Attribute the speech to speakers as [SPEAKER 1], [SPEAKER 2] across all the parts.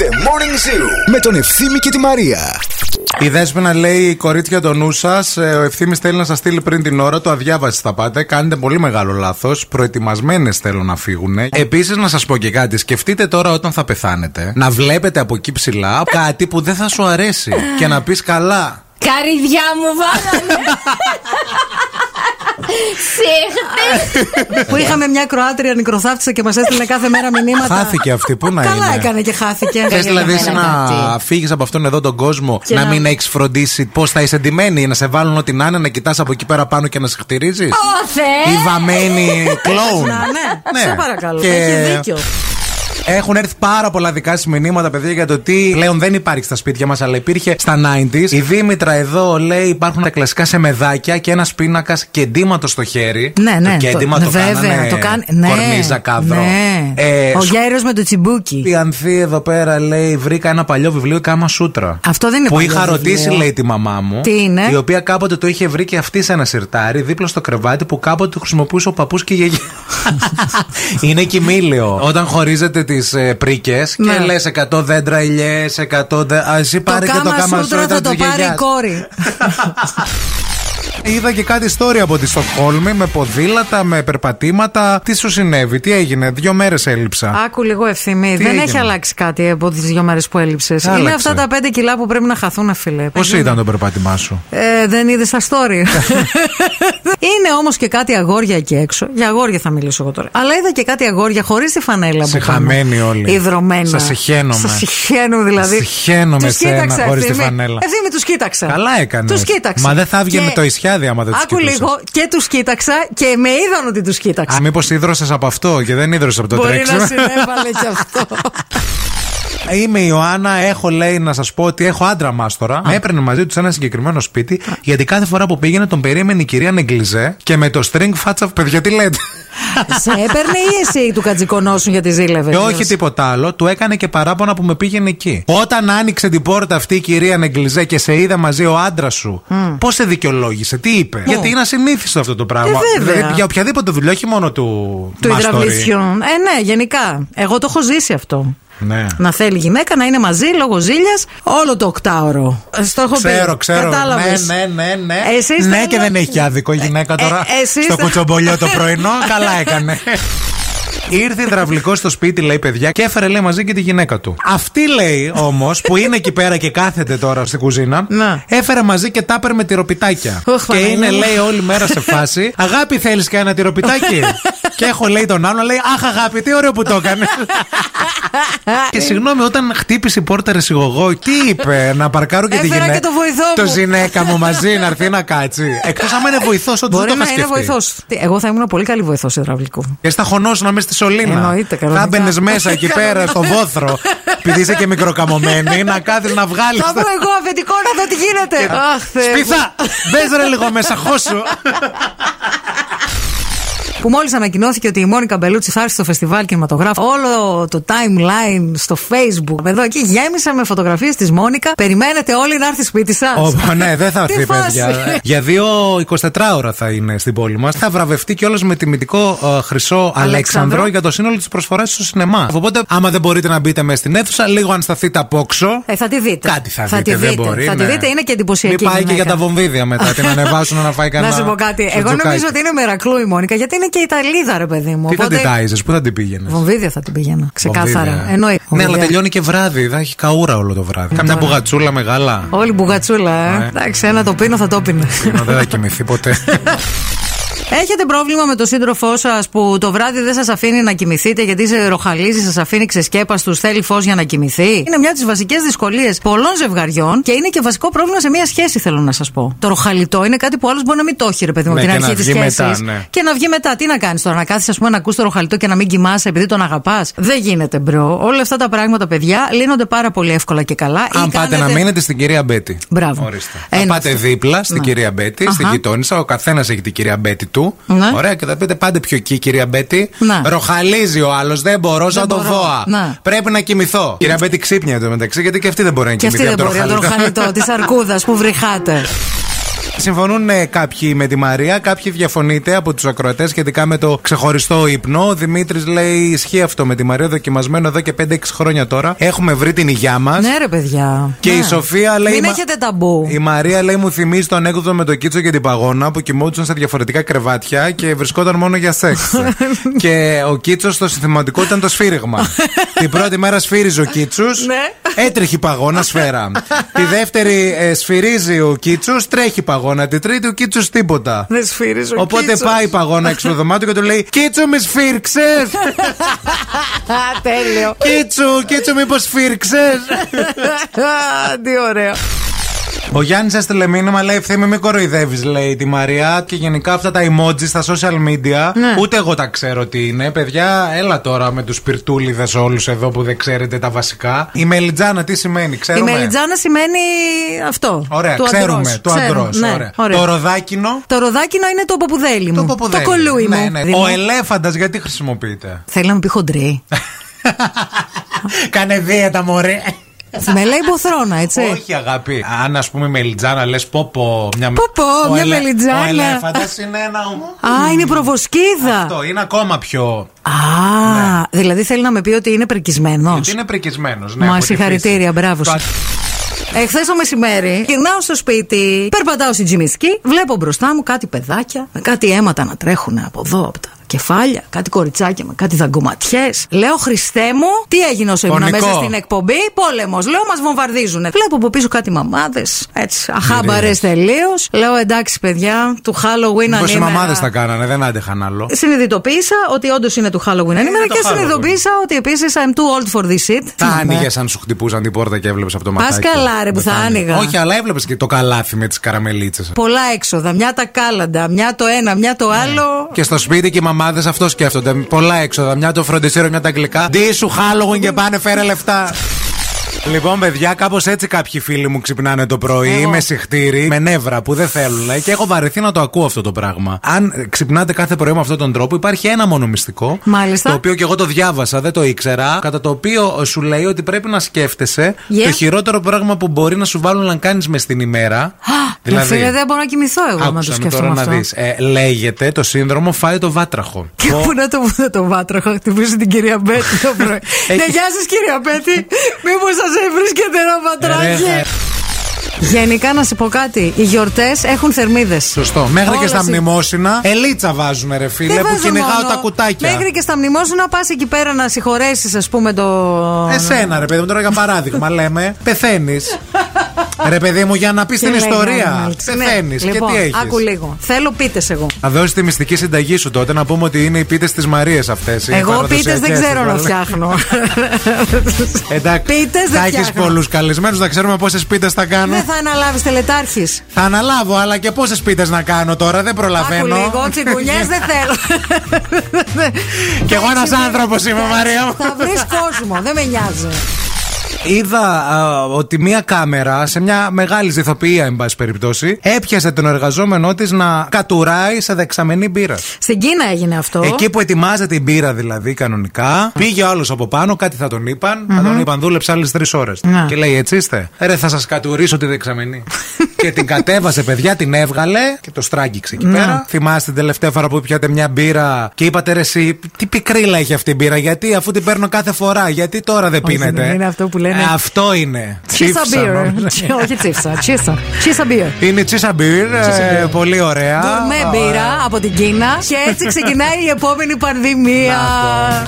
[SPEAKER 1] The Morning Zoo με τον Ευθύμη και τη Μαρία.
[SPEAKER 2] Η Δέσποινα λέει: Κορίτσια, το νου σας. Ο ευθύνη θέλει να σας στείλει πριν την ώρα. Το αδιάβαση θα πάτε. Κάνετε πολύ μεγάλο λάθος. Προετοιμασμένες θέλω να φύγουν. Επίσης, να σας πω και κάτι. Σκεφτείτε τώρα όταν θα πεθάνετε να βλέπετε από εκεί ψηλά κάτι που δεν θα σου αρέσει και να πεις καλά.
[SPEAKER 3] Καριδιά μου βάλανε. Σύρτη.
[SPEAKER 2] Ε,
[SPEAKER 4] που
[SPEAKER 2] ναι.
[SPEAKER 4] είχαμε μια Κροάτρια νεκροθάφτισα και μας έστειλε κάθε μέρα μηνύματα.
[SPEAKER 2] Χάθηκε αυτή, πού να
[SPEAKER 4] Καλά
[SPEAKER 2] είναι.
[SPEAKER 4] έκανε και χάθηκε.
[SPEAKER 2] Θες δηλαδή εσύ
[SPEAKER 3] εμένα
[SPEAKER 2] να
[SPEAKER 3] κάτι.
[SPEAKER 2] φύγεις από αυτόν εδώ τον κόσμο,
[SPEAKER 4] Και
[SPEAKER 2] να
[SPEAKER 4] να-
[SPEAKER 2] μην έχεις φροντίσει πώς θα είσαι εντυμένη, να σε βάλουν ό,τι να είναι, να κοιτάς από εκεί πέρα πάνω και να σε χτυρίζεις.
[SPEAKER 3] Ω Θεέ.
[SPEAKER 2] Η βαμμένη κλόουν.
[SPEAKER 4] Να, ναι. Σε παρακαλώ.
[SPEAKER 2] Και
[SPEAKER 4] Έχει δίκιο.
[SPEAKER 2] Έχουν έρθει πάρα πολλά δικά σας μηνύματα, παιδιά, για το τι πλέον δεν υπάρχει στα σπίτια μας, αλλά υπήρχε στα 90s. Η Δήμητρα εδώ λέει: Υπάρχουν τα κλασικά σε μεδάκια και ένας πίνακας και εντύματο στο χέρι.
[SPEAKER 4] Ναι, ναι.
[SPEAKER 2] Το κέντημα το,
[SPEAKER 4] βέβαια,
[SPEAKER 2] κάνανε
[SPEAKER 4] το κάνει. Ναι,
[SPEAKER 2] Κορνίζα, κάδρο.
[SPEAKER 4] Ναι.
[SPEAKER 2] Ε,
[SPEAKER 4] Ο
[SPEAKER 2] σκ-
[SPEAKER 4] γέρος με το τσιμπούκι.
[SPEAKER 2] η Ανθή εδώ πέρα λέει: Βρήκα ένα παλιό βιβλίο Κάμα Σούτρα.
[SPEAKER 4] Αυτό δεν είναι
[SPEAKER 2] Που
[SPEAKER 4] παλιό
[SPEAKER 2] είχα
[SPEAKER 4] βιβλίο.
[SPEAKER 2] ρωτήσει, λέει τη μαμά μου.
[SPEAKER 4] Τι είναι?
[SPEAKER 2] Η οποία κάποτε το είχε βρει και αυτή σε ένα σιρτάρι δίπλα στο κρεβάτι που κάποτε το χρησιμοποιούσε ο παππούς και η γιαγιά. είναι κοιμήλιο. Όταν χωρίζετε τις ε, πρίκες και
[SPEAKER 4] Ναι.
[SPEAKER 2] λες 100 δέντρα ηλιέ, 100. Δε... Α, εσύ
[SPEAKER 4] Το
[SPEAKER 2] πάρε και το
[SPEAKER 4] κάμα
[SPEAKER 2] Κάμα
[SPEAKER 4] σούτρα
[SPEAKER 2] Σούτρα
[SPEAKER 4] θα το
[SPEAKER 2] τη
[SPEAKER 4] πάρει η
[SPEAKER 2] γιαγιάς.
[SPEAKER 4] κόρη.
[SPEAKER 2] Είδα και κάτι story από τη Στοκχόλμη με ποδήλατα, με περπατήματα. Τι σου συνέβη, τι έγινε, δύο μέρες έλειψα.
[SPEAKER 4] Άκου λίγο ευθυμή.
[SPEAKER 2] Τι
[SPEAKER 4] Δεν
[SPEAKER 2] έγινε?
[SPEAKER 4] έχει αλλάξει κάτι από τις δύο μέρες που έλειψες. Είναι
[SPEAKER 2] άλλαξε?
[SPEAKER 4] αυτά τα πέντε κιλά που πρέπει να χαθούν, φίλε.
[SPEAKER 2] Πώς ήταν το περπάτημά σου.
[SPEAKER 4] Ε, δεν είδες τα story. είναι όμως και κάτι αγόρια εκεί έξω. Για αγόρια θα μιλήσω εγώ τώρα. Αλλά είδα και κάτι αγόρια χωρίς τη φανέλα μου.
[SPEAKER 2] Σε χαμένοι όλοι.
[SPEAKER 4] Ιδρωμένα.
[SPEAKER 2] Σας συχαίνομαι.
[SPEAKER 4] Σα συχαίνω δηλαδή.
[SPEAKER 2] Σας συχαίνομαι
[SPEAKER 4] Τους
[SPEAKER 2] εσένα
[SPEAKER 4] κοίταξα,
[SPEAKER 2] χωρίς τη
[SPEAKER 4] Ευθύμη.
[SPEAKER 2] φανέλα.
[SPEAKER 4] Ευθύμη, τους κοίταξα.
[SPEAKER 2] Καλά έκανες.
[SPEAKER 4] Τους κοίταξα.
[SPEAKER 2] Μα δεν θα έβγαινε το ισιάδι άμα δεν τους
[SPEAKER 4] Άκου
[SPEAKER 2] κοιτούσες.
[SPEAKER 4] λίγο και τους κοίταξα και με είδαν ότι τους κοίταξα.
[SPEAKER 2] Α, μήπως ίδρωσες από αυτό και δεν ίδρωσες από το
[SPEAKER 4] Μπορεί
[SPEAKER 2] τρέξιμο.
[SPEAKER 4] να συνέβαλε κι αυτό.
[SPEAKER 2] Είμαι η Ιωάννα, έχω λέει να σας πω ότι έχω άντρα μάστορα. Με έπαιρνε μαζί τους σε ένα συγκεκριμένο σπίτι, γιατί κάθε φορά που πήγαινε τον περίμενε η κυρία Νεγκλιζέ και με το string φάτσα. Παιδιά, τι λέτε.
[SPEAKER 4] Σε έπαιρνε ή εσύ του κατσικονόσουν γιατί ζήλευε.
[SPEAKER 2] Και Ε, όχι τίποτα άλλο, του έκανε και παράπονα που με πήγαινε εκεί. Όταν άνοιξε την πόρτα αυτή η κυρία Νεγκλιζέ και σε είδα μαζί ο άντρας σου, πώς σε δικαιολόγησε, τι είπε. Γιατί είναι ασυνήθιστο αυτό το πράγμα.
[SPEAKER 4] Ε, βέβαια.
[SPEAKER 2] Δηλαδή, για οποιαδήποτε δουλειά, όχι μόνο του.
[SPEAKER 4] Του
[SPEAKER 2] μάστορη.
[SPEAKER 4] υδραυλισιών. Ε, ναι, γενικά. Εγώ το έχω ζήσει αυτό.
[SPEAKER 2] Ναι.
[SPEAKER 4] Να θέλει γυναίκα να είναι μαζί λόγω ζήλιας όλο το οκτάωρο. Ε, Στο έχω πει.
[SPEAKER 2] Ξέρω, ξέρω.
[SPEAKER 4] Κατάλαβες.
[SPEAKER 2] Ναι, ναι, ναι. ναι.
[SPEAKER 4] Εσύ
[SPEAKER 2] ναι,
[SPEAKER 4] ήταν-
[SPEAKER 2] και δεν έχει και άδικο η γυναίκα
[SPEAKER 4] Ε,
[SPEAKER 2] τώρα.
[SPEAKER 4] ε,
[SPEAKER 2] στο
[SPEAKER 4] εσύ ήταν-
[SPEAKER 2] κουτσομπολιό το πρωινό, καλά έκανε. Ήρθε υδραυλικός στο σπίτι, λέει παιδιά, και έφερε λέει μαζί και τη γυναίκα του. Αυτή λέει όμως, που είναι εκεί πέρα και κάθεται τώρα στην κουζίνα,
[SPEAKER 4] Ναι.
[SPEAKER 2] έφερε μαζί και τάπερ με τυροπιτάκια.
[SPEAKER 4] Ωχ,
[SPEAKER 2] και
[SPEAKER 4] Παναγία
[SPEAKER 2] είναι
[SPEAKER 4] μου.
[SPEAKER 2] λέει όλη μέρα σε φάση. Αγάπη, θέλεις και ένα τυροπιτάκι. και έχω λέει τον άλλο, λέει Αχ, αγάπη, τι ωραίο που το έκανες.
[SPEAKER 4] Ε,
[SPEAKER 2] και συγγνώμη, όταν χτύπησε η πόρτα ρε σιγωγό, τι είπε, να παρκάρω και τη
[SPEAKER 4] Έφερα
[SPEAKER 2] γυναίκα.
[SPEAKER 4] και το βοηθό μου.
[SPEAKER 2] Το γυναίκα μου μαζί να έρθει να κάτσει. Εκτός άμα είναι βοηθός, ότι δεν το
[SPEAKER 4] Μπορεί
[SPEAKER 2] είχα
[SPEAKER 4] να είναι
[SPEAKER 2] σκεφτεί.
[SPEAKER 4] βοηθός. Εγώ θα ήμουν πολύ καλή βοηθός υδραυλικού.
[SPEAKER 2] Και στα χωνόσουνα μέσα στη σωλήνα. Θα
[SPEAKER 4] Εννοείται, κανονικά.
[SPEAKER 2] έμπαινε μέσα εκεί
[SPEAKER 4] ναι.
[SPEAKER 2] πέρα στο βόθρο. Επειδή είσαι και μικροκαμωμένη, να κάθεις να βγάλεις.
[SPEAKER 4] Θα πω εγώ αφεντικό να δω τι γίνεται. Αχ, Θεέ μου.
[SPEAKER 2] Σπίθα! Μπε ρε λίγο μέσα, χώσου.
[SPEAKER 4] που μόλις ανακοινώθηκε ότι η Μόνικα Μπελούτσι θα έρθει στο φεστιβάλ κινηματογράφου, όλο το timeline στο Facebook εδώ εκεί γέμισα με φωτογραφίες της Μόνικα. Περιμένετε όλοι να έρθει σπίτι σας.
[SPEAKER 2] Ωπα, ναι, δεν θα
[SPEAKER 4] Τι
[SPEAKER 2] έρθει,
[SPEAKER 4] φάση.
[SPEAKER 2] παιδιά. Για δύο 24 ώρα θα είναι στην πόλη μας. Θα βραβευτεί κιόλας με τιμητικό ε, χρυσό Αλέξανδρο
[SPEAKER 4] Αλέξανδρο.
[SPEAKER 2] για το σύνολο της προσφοράς στο σινεμά. Οπότε, άμα δεν μπορείτε να μπείτε μέσα στην αίθουσα, λίγο αν σταθείτε απ' όξω.
[SPEAKER 4] Ε, θα τη δείτε.
[SPEAKER 2] Κάτι θα,
[SPEAKER 4] θα
[SPEAKER 2] δείτε,
[SPEAKER 4] τη
[SPEAKER 2] δεν
[SPEAKER 4] δείτε.
[SPEAKER 2] μπορεί.
[SPEAKER 4] θα τη
[SPEAKER 2] ναι.
[SPEAKER 4] δείτε, είναι και εντυπωσιακή.
[SPEAKER 2] Μην πάει και
[SPEAKER 4] γυναίκα.
[SPEAKER 2] για τα βομβίδια μετά, την ανεβάσουν να φάει κανένα.
[SPEAKER 4] Να σου πω κάτι. Εγώ
[SPEAKER 2] σουτζουκάκι.
[SPEAKER 4] νομίζω ότι είναι μερακλού η Μόνικα, γιατί είναι και Ιταλίδα, ρε παιδί μου.
[SPEAKER 2] Τι θα την τάιζες, πού θα την πήγαινες.
[SPEAKER 4] Βομβίδια θα την πηγαίνω. Ξεκάθαρα. Εννοεί.
[SPEAKER 2] Ναι, αλλά
[SPEAKER 4] Βομβίδια. Ναι,
[SPEAKER 2] τελειώνει και βράδυ, θα έχει καούρα όλο το βράδυ. Καμιά μπουγατσούλα μεγάλα.
[SPEAKER 4] Όλη μπουγατσούλα,
[SPEAKER 2] Ναι.
[SPEAKER 4] ε. Εντάξει, ένα το πίνω θα το πίνω.
[SPEAKER 2] Δεν θα κοιμηθεί ποτέ.
[SPEAKER 4] Έχετε πρόβλημα με τον σύντροφό σας που το βράδυ δεν σας αφήνει να κοιμηθείτε γιατί σε ροχαλίζει, σας αφήνει ξεσκέπαστους, θέλει φως για να κοιμηθεί. Είναι μια από τις βασικές δυσκολίες πολλών ζευγαριών και είναι και βασικό πρόβλημα σε μια σχέση, θέλω να σας πω. Το ροχαλιτό είναι κάτι που άλλος μπορεί να μην το έχει, ρε παιδί μου,
[SPEAKER 2] Ναι,
[SPEAKER 4] από την
[SPEAKER 2] και να
[SPEAKER 4] αρχή της
[SPEAKER 2] βγει
[SPEAKER 4] σχέσης.
[SPEAKER 2] μετά, ναι.
[SPEAKER 4] Και να βγει μετά. Τι να κάνεις τώρα, να κάθεσαι, ας πούμε, να ακούς το ροχαλιτό και να μην κοιμάσαι επειδή τον αγαπάς. Δεν γίνεται, μπρο. Όλα αυτά τα πράγματα, παιδιά, λύνονται πάρα πολύ εύκολα και καλά. Ή
[SPEAKER 2] Αν πάτε να
[SPEAKER 4] κάνετε-
[SPEAKER 2] μείνετε στην κυρία Μπέτη.
[SPEAKER 4] Μπράβο.
[SPEAKER 2] Ορίστε.
[SPEAKER 4] Ένα
[SPEAKER 2] Θα πάτε
[SPEAKER 4] αυτό.
[SPEAKER 2] δίπλα στην
[SPEAKER 4] Ναι.
[SPEAKER 2] κυρία Μπέτη, στην
[SPEAKER 4] Αχα.
[SPEAKER 2] γειτόνισσα. Ο καθένας έχει την κυρία Μπέτη του.
[SPEAKER 4] Ναι.
[SPEAKER 2] Ωραία, και θα πείτε πάντε πιο εκεί, η κυρία Μπέτη.
[SPEAKER 4] Ναι.
[SPEAKER 2] Ροχαλίζει ο άλλος, δεν μπορώ, σαν τον
[SPEAKER 4] μπορώ.
[SPEAKER 2] βόα.
[SPEAKER 4] Ναι.
[SPEAKER 2] Πρέπει να κοιμηθώ. Η κυρία Μπέτη ξύπνια εδώ μεταξύ, γιατί και αυτή δεν μπορεί να
[SPEAKER 4] Και
[SPEAKER 2] κοιμηθεί.
[SPEAKER 4] αυτή δεν
[SPEAKER 2] από το
[SPEAKER 4] μπορεί, από το
[SPEAKER 2] ροχαλιτό.
[SPEAKER 4] ροχαλιτό της αρκούδας που βριχάτε.
[SPEAKER 2] Συμφωνούν ε, κάποιοι με τη Μαρία, κάποιοι διαφωνείτε από τους ακροατές σχετικά με το ξεχωριστό ύπνο. Ο Δημήτρης λέει: Ισχύει αυτό με τη Μαρία, δοκιμασμένο εδώ και 5-6 χρόνια τώρα. Έχουμε βρει την υγειά μας.
[SPEAKER 4] Ναι, ρε παιδιά.
[SPEAKER 2] Και
[SPEAKER 4] Ναι.
[SPEAKER 2] η Σοφία λέει.
[SPEAKER 4] Μην
[SPEAKER 2] «Μα-
[SPEAKER 4] έχετε ταμπού.
[SPEAKER 2] Η Μαρία λέει μου θυμίζει τον έκδοτο με το Κίτσο και την Παγώνα που κοιμόντουσαν σε διαφορετικά κρεβάτια και βρισκόταν μόνο για σεξ. και ο Κίτσος το συνθηματικό ήταν το σφύριγμα. την πρώτη μέρα σφύριζε ο Κίτσος,
[SPEAKER 4] Ναι.
[SPEAKER 2] έτρεχε η Παγώνα σφαίρα. τη δεύτερη ε, σφυρίζει ο Κίτσος, τρέχει η Παγώνα. Τη τρίτη ο Κίτσο τίποτα.
[SPEAKER 4] Δεν σφύριζω.
[SPEAKER 2] Οπότε πάει η Παγώνα έξω από το δωμάτιο και του λέει Κίτσο, με σφίρξε!
[SPEAKER 4] Α, τέλειο.
[SPEAKER 2] Κίτσο, Κίτσο, μήπω σφίρξε!
[SPEAKER 4] Α, Τι ωραίο.
[SPEAKER 2] Ο Γιάννης έστειλε μήνυμα, λέει: Ευθύμη, μην κοροϊδεύεις, λέει τη Μαριά. Και γενικά αυτά τα emoji στα social media.
[SPEAKER 4] Ναι.
[SPEAKER 2] Ούτε εγώ τα ξέρω τι είναι. Παιδιά, έλα τώρα με τους πυρτούλιδες όλους εδώ που δεν ξέρετε τα βασικά. Η μελιτζάνα τι σημαίνει,
[SPEAKER 4] Η
[SPEAKER 2] ξέρουμε.
[SPEAKER 4] μελιτζάνα σημαίνει αυτό.
[SPEAKER 2] Ωραία,
[SPEAKER 4] του
[SPEAKER 2] ξέρουμε.
[SPEAKER 4] αντρός.
[SPEAKER 2] Το
[SPEAKER 4] Ξέρουμε,
[SPEAKER 2] αντρός.
[SPEAKER 4] ναι,
[SPEAKER 2] Το ροδάκινο.
[SPEAKER 4] Το ροδάκινο είναι το ποπουδέλι μου.
[SPEAKER 2] Το ποποδέλι.
[SPEAKER 4] κολούι
[SPEAKER 2] Ναι,
[SPEAKER 4] μου.
[SPEAKER 2] ναι.
[SPEAKER 4] Δημο-
[SPEAKER 2] Ο ελέφαντας γιατί χρησιμοποιείται.
[SPEAKER 4] Θέλει να μου πει χοντρή.
[SPEAKER 2] Κάνε δίαιτα, μωρέ.
[SPEAKER 4] με λέει μποθρόνα, έτσι.
[SPEAKER 2] Όχι, αγάπη. Αν ας πούμε η μελιτζάνα λες πω πω. Μια,
[SPEAKER 4] Πω, πω,
[SPEAKER 2] Ο
[SPEAKER 4] μια
[SPEAKER 2] ελε-
[SPEAKER 4] μελιτζάνα.
[SPEAKER 2] Ο ελέφαντας είναι ένα.
[SPEAKER 4] Α, είναι προβοσκίδα.
[SPEAKER 2] Αυτό είναι ακόμα πιο.
[SPEAKER 4] Α, δηλαδή θέλει να με πει ότι είναι περκισμένο.
[SPEAKER 2] Γιατί είναι πρικισμένος. Ναι,
[SPEAKER 4] Μα
[SPEAKER 2] από τη
[SPEAKER 4] συγχαρητήρια,
[SPEAKER 2] φύσης.
[SPEAKER 4] μπράβο.
[SPEAKER 2] Το
[SPEAKER 4] σας. Εχθές το μεσημέρι, γυρνάω στο σπίτι, περπατάω στην τζιμισκή, βλέπω μπροστά μου κάτι παιδάκια με κάτι αίματα να τρέχουν από εδώ, από τα κεφάλια, κάτι κοριτσάκια με κάτι δαγκωματιές. Λέω Χριστέ μου, τι έγινε όσο ήμουν
[SPEAKER 2] Πονικό.
[SPEAKER 4] μέσα στην εκπομπή, πόλεμος. Λέω μας βομβαρδίζουν. Βλέπω από πίσω κάτι μαμάδες, έτσι, αχάμπαρες τελείως. Λέω εντάξει παιδιά, του Halloween
[SPEAKER 2] Μήπως οι
[SPEAKER 4] ανήμερα».
[SPEAKER 2] μαμάδες τα κάνανε, δεν άντεχαν άλλο.
[SPEAKER 4] Ε, Συνειδητοποίησα ότι όντως είναι του Halloween
[SPEAKER 2] Ε, είναι
[SPEAKER 4] ανήμερα
[SPEAKER 2] το
[SPEAKER 4] και
[SPEAKER 2] Halloween.
[SPEAKER 4] συνειδητοποίησα ότι επίσης I'm too old for this shit.
[SPEAKER 2] Τα
[SPEAKER 4] Τι να πω.
[SPEAKER 2] άνοιγες αν σου χτυπούσαν την πόρτα και έβλεπες από το ματάκι.
[SPEAKER 4] καλά, ρε, που θα
[SPEAKER 2] Τα άνοιγες.
[SPEAKER 4] άνοιγα.
[SPEAKER 2] Όχι, αλλά έβλεπες και το καλάθι με τις καραμελίτσες.
[SPEAKER 4] Πολλά έξοδα. Μια τα κάλαντα, μια το ένα, μια
[SPEAKER 2] Ναι.
[SPEAKER 4] το άλλο.
[SPEAKER 2] Και στο σπίτι και οι μαμάδε αυτό σκέφτονται. Πολλά έξοδα. Μια το φροντισέρο, μια τα αγγλικά. Ντί σου Halloween και πάνε, φέρε λεφτά. Λοιπόν, παιδιά, κάπως έτσι κάποιοι φίλοι μου ξυπνάνε το πρωί με συχτήρι, με νεύρα που δεν θέλουν. Και έχω βαρεθεί να το ακούω αυτό το πράγμα. Αν ξυπνάτε κάθε πρωί με αυτόν τον τρόπο, υπάρχει ένα μόνο μυστικό.
[SPEAKER 4] Μάλιστα.
[SPEAKER 2] Το οποίο και εγώ το διάβασα, δεν το ήξερα. Κατά το οποίο σου λέει ότι πρέπει να σκέφτεσαι
[SPEAKER 4] Yeah.
[SPEAKER 2] το χειρότερο πράγμα που μπορεί να σου βάλουν να κάνεις μες στην ημέρα.
[SPEAKER 4] Δηλαδή, φίλε, δεν μπορώ να κοιμηθώ εγώ να το
[SPEAKER 2] Άκουσα με
[SPEAKER 4] σκέφτομαι
[SPEAKER 2] τώρα
[SPEAKER 4] αυτό.
[SPEAKER 2] να δεις. Ε, λέγεται το σύνδρομο φάει το βάτραχο.
[SPEAKER 4] Και πού να το πού να το βάτραχο, χτυπήσει την κυρία Μπέτη το πρωί.
[SPEAKER 2] Έχει-
[SPEAKER 4] Ναι, γεια σας κυρία Μπέτη. Μήπως σας βρίσκεται ένα
[SPEAKER 2] Ε, ρε,
[SPEAKER 4] βατράκι. Γενικά να σου πω κάτι. Οι γιορτές έχουν θερμίδες.
[SPEAKER 2] Σωστό. Μέχρι και
[SPEAKER 4] Όλα
[SPEAKER 2] στα
[SPEAKER 4] συ-
[SPEAKER 2] μνημόσυνα. Ελίτσα βάζουμε, ρε φίλε, που κυνηγάω τα κουτάκια.
[SPEAKER 4] Μέχρι και στα μνημόσυνα πας εκεί πέρα να συγχωρέσεις, ας πούμε, το.
[SPEAKER 2] Εσένα, ρε παιδί μου, τώρα για παράδειγμα λέμε, πεθαίνεις. ρε παιδί μου, για να πεις την
[SPEAKER 4] Τι λέει,
[SPEAKER 2] ιστορία.
[SPEAKER 4] Μάλιστα. Ναι.
[SPEAKER 2] Πεθαίνει
[SPEAKER 4] Λοιπόν,
[SPEAKER 2] και τι έχεις.
[SPEAKER 4] Άκου λίγο. Θέλω πίτες εγώ.
[SPEAKER 2] Να δώσεις τη μυστική συνταγή σου τότε, να πούμε ότι είναι οι πίτες της Μαρίας αυτές.
[SPEAKER 4] Εγώ πίτες δεν ξέρω να φτιάχνω.
[SPEAKER 2] Εντάξει,
[SPEAKER 4] Πίτες δεν
[SPEAKER 2] θα έχεις
[SPEAKER 4] φτιάχνω.
[SPEAKER 2] πολλούς καλεσμένους, θα ξέρουμε πόσες πίτες θα κάνω.
[SPEAKER 4] Δεν θα αναλάβεις τελετάρχης.
[SPEAKER 2] Θα αναλάβω, αλλά και πόσες πίτες να κάνω τώρα, δεν προλαβαίνω.
[SPEAKER 4] Άκου λίγο, τσιγκουνιές δεν θέλω.
[SPEAKER 2] Κι εγώ ένας άνθρωπο είμαι, Μαρία μου.
[SPEAKER 4] Θα βρεις κόσμο, δεν με νοιάζει.
[SPEAKER 2] Είδα α, ότι μία κάμερα σε μια μεγάλη ζηθοποιία, εν πάση περιπτώσει, έπιασε τον εργαζόμενό της να κατουράει σε δεξαμενή μπύρα.
[SPEAKER 4] Στην Κίνα έγινε αυτό.
[SPEAKER 2] Εκεί που ετοιμάζεται η μπύρα, δηλαδή, κανονικά, πήγε ο άλλο από πάνω, κάτι θα τον είπαν, θα τον είπαν, δούλεψε άλλες τρεις ώρες.
[SPEAKER 4] Ναι.
[SPEAKER 2] Και λέει, Έτσι είστε. Ρε, θα σας κατουρίσω τη δεξαμενή. και την κατέβασε, παιδιά, την έβγαλε και το στράγγιξε εκεί
[SPEAKER 4] Ναι.
[SPEAKER 2] πέρα. Θυμάστε την τελευταία φορά που πιάτε μια μπύρα και είπατε, Ρε, εσύ, τι πικρίλα έχει αυτή η μπύρα, γιατί αφού την παίρνω κάθε φορά, γιατί τώρα δεν
[SPEAKER 4] Όχι,
[SPEAKER 2] πίνετε.
[SPEAKER 4] δεν είναι αυτό που λένε.
[SPEAKER 2] Ε, αυτό είναι.
[SPEAKER 4] Τσίσα
[SPEAKER 2] Τσίψα,
[SPEAKER 4] μπύρ.
[SPEAKER 2] νόμιζα.
[SPEAKER 4] Όχι τσίψα, τσίσα. Τσίσα μπύρ.
[SPEAKER 2] Είναι τσίσα μπύρ, ε, πολύ ωραία.
[SPEAKER 4] Γκουρμέ
[SPEAKER 2] Ωραία.
[SPEAKER 4] μπύρα από την Κίνα και έτσι ξεκινάει η επόμενη πανδημία.
[SPEAKER 2] Να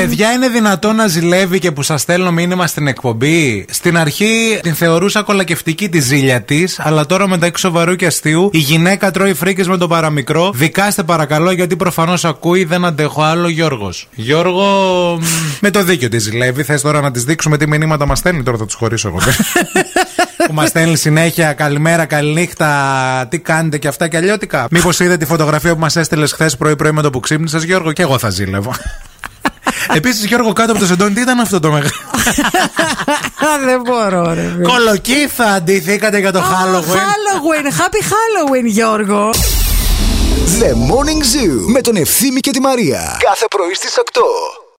[SPEAKER 2] Παιδιά, είναι δυνατόν να ζηλεύει και που σας στέλνω μήνυμα στην εκπομπή. Στην αρχή την θεωρούσα κολακευτική τη ζήλια της, αλλά τώρα μεταξύ σοβαρού και αστείου η γυναίκα τρώει φρίκες με τον παραμικρό. Δικάστε παρακαλώ, γιατί προφανώς ακούει, δεν αντέχω άλλο Γιώργος. Γιώργο, μ, με το δίκιο της ζηλεύει. Θες τώρα να της δείξουμε τι μηνύματα μας στέλνει, τώρα θα τους χωρίσω εγώ. που μας στέλνει συνέχεια καλημέρα, καληνύχτα, τι κάνετε και αυτά και αλλιώτικα. Μήπως είδε τη φωτογραφία που μας έστειλες χθες πρωί-πρωί με το που ξύπνησες, Γιώργο, και εγώ θα ζήλευω. Επίσης, Γιώργο, κάτω από το σεντόνι, τι ήταν αυτό το μεγάλο.
[SPEAKER 4] Δεν μπορώ, ρε. φίλε.
[SPEAKER 2] Κολοκύθα, αντιθήκατε για το
[SPEAKER 4] Α,
[SPEAKER 2] Halloween.
[SPEAKER 4] Halloween. Happy Halloween, Γιώργο.
[SPEAKER 1] The Morning Zoo με τον Ευθύμη και τη Μαρία. Κάθε πρωί στις 8.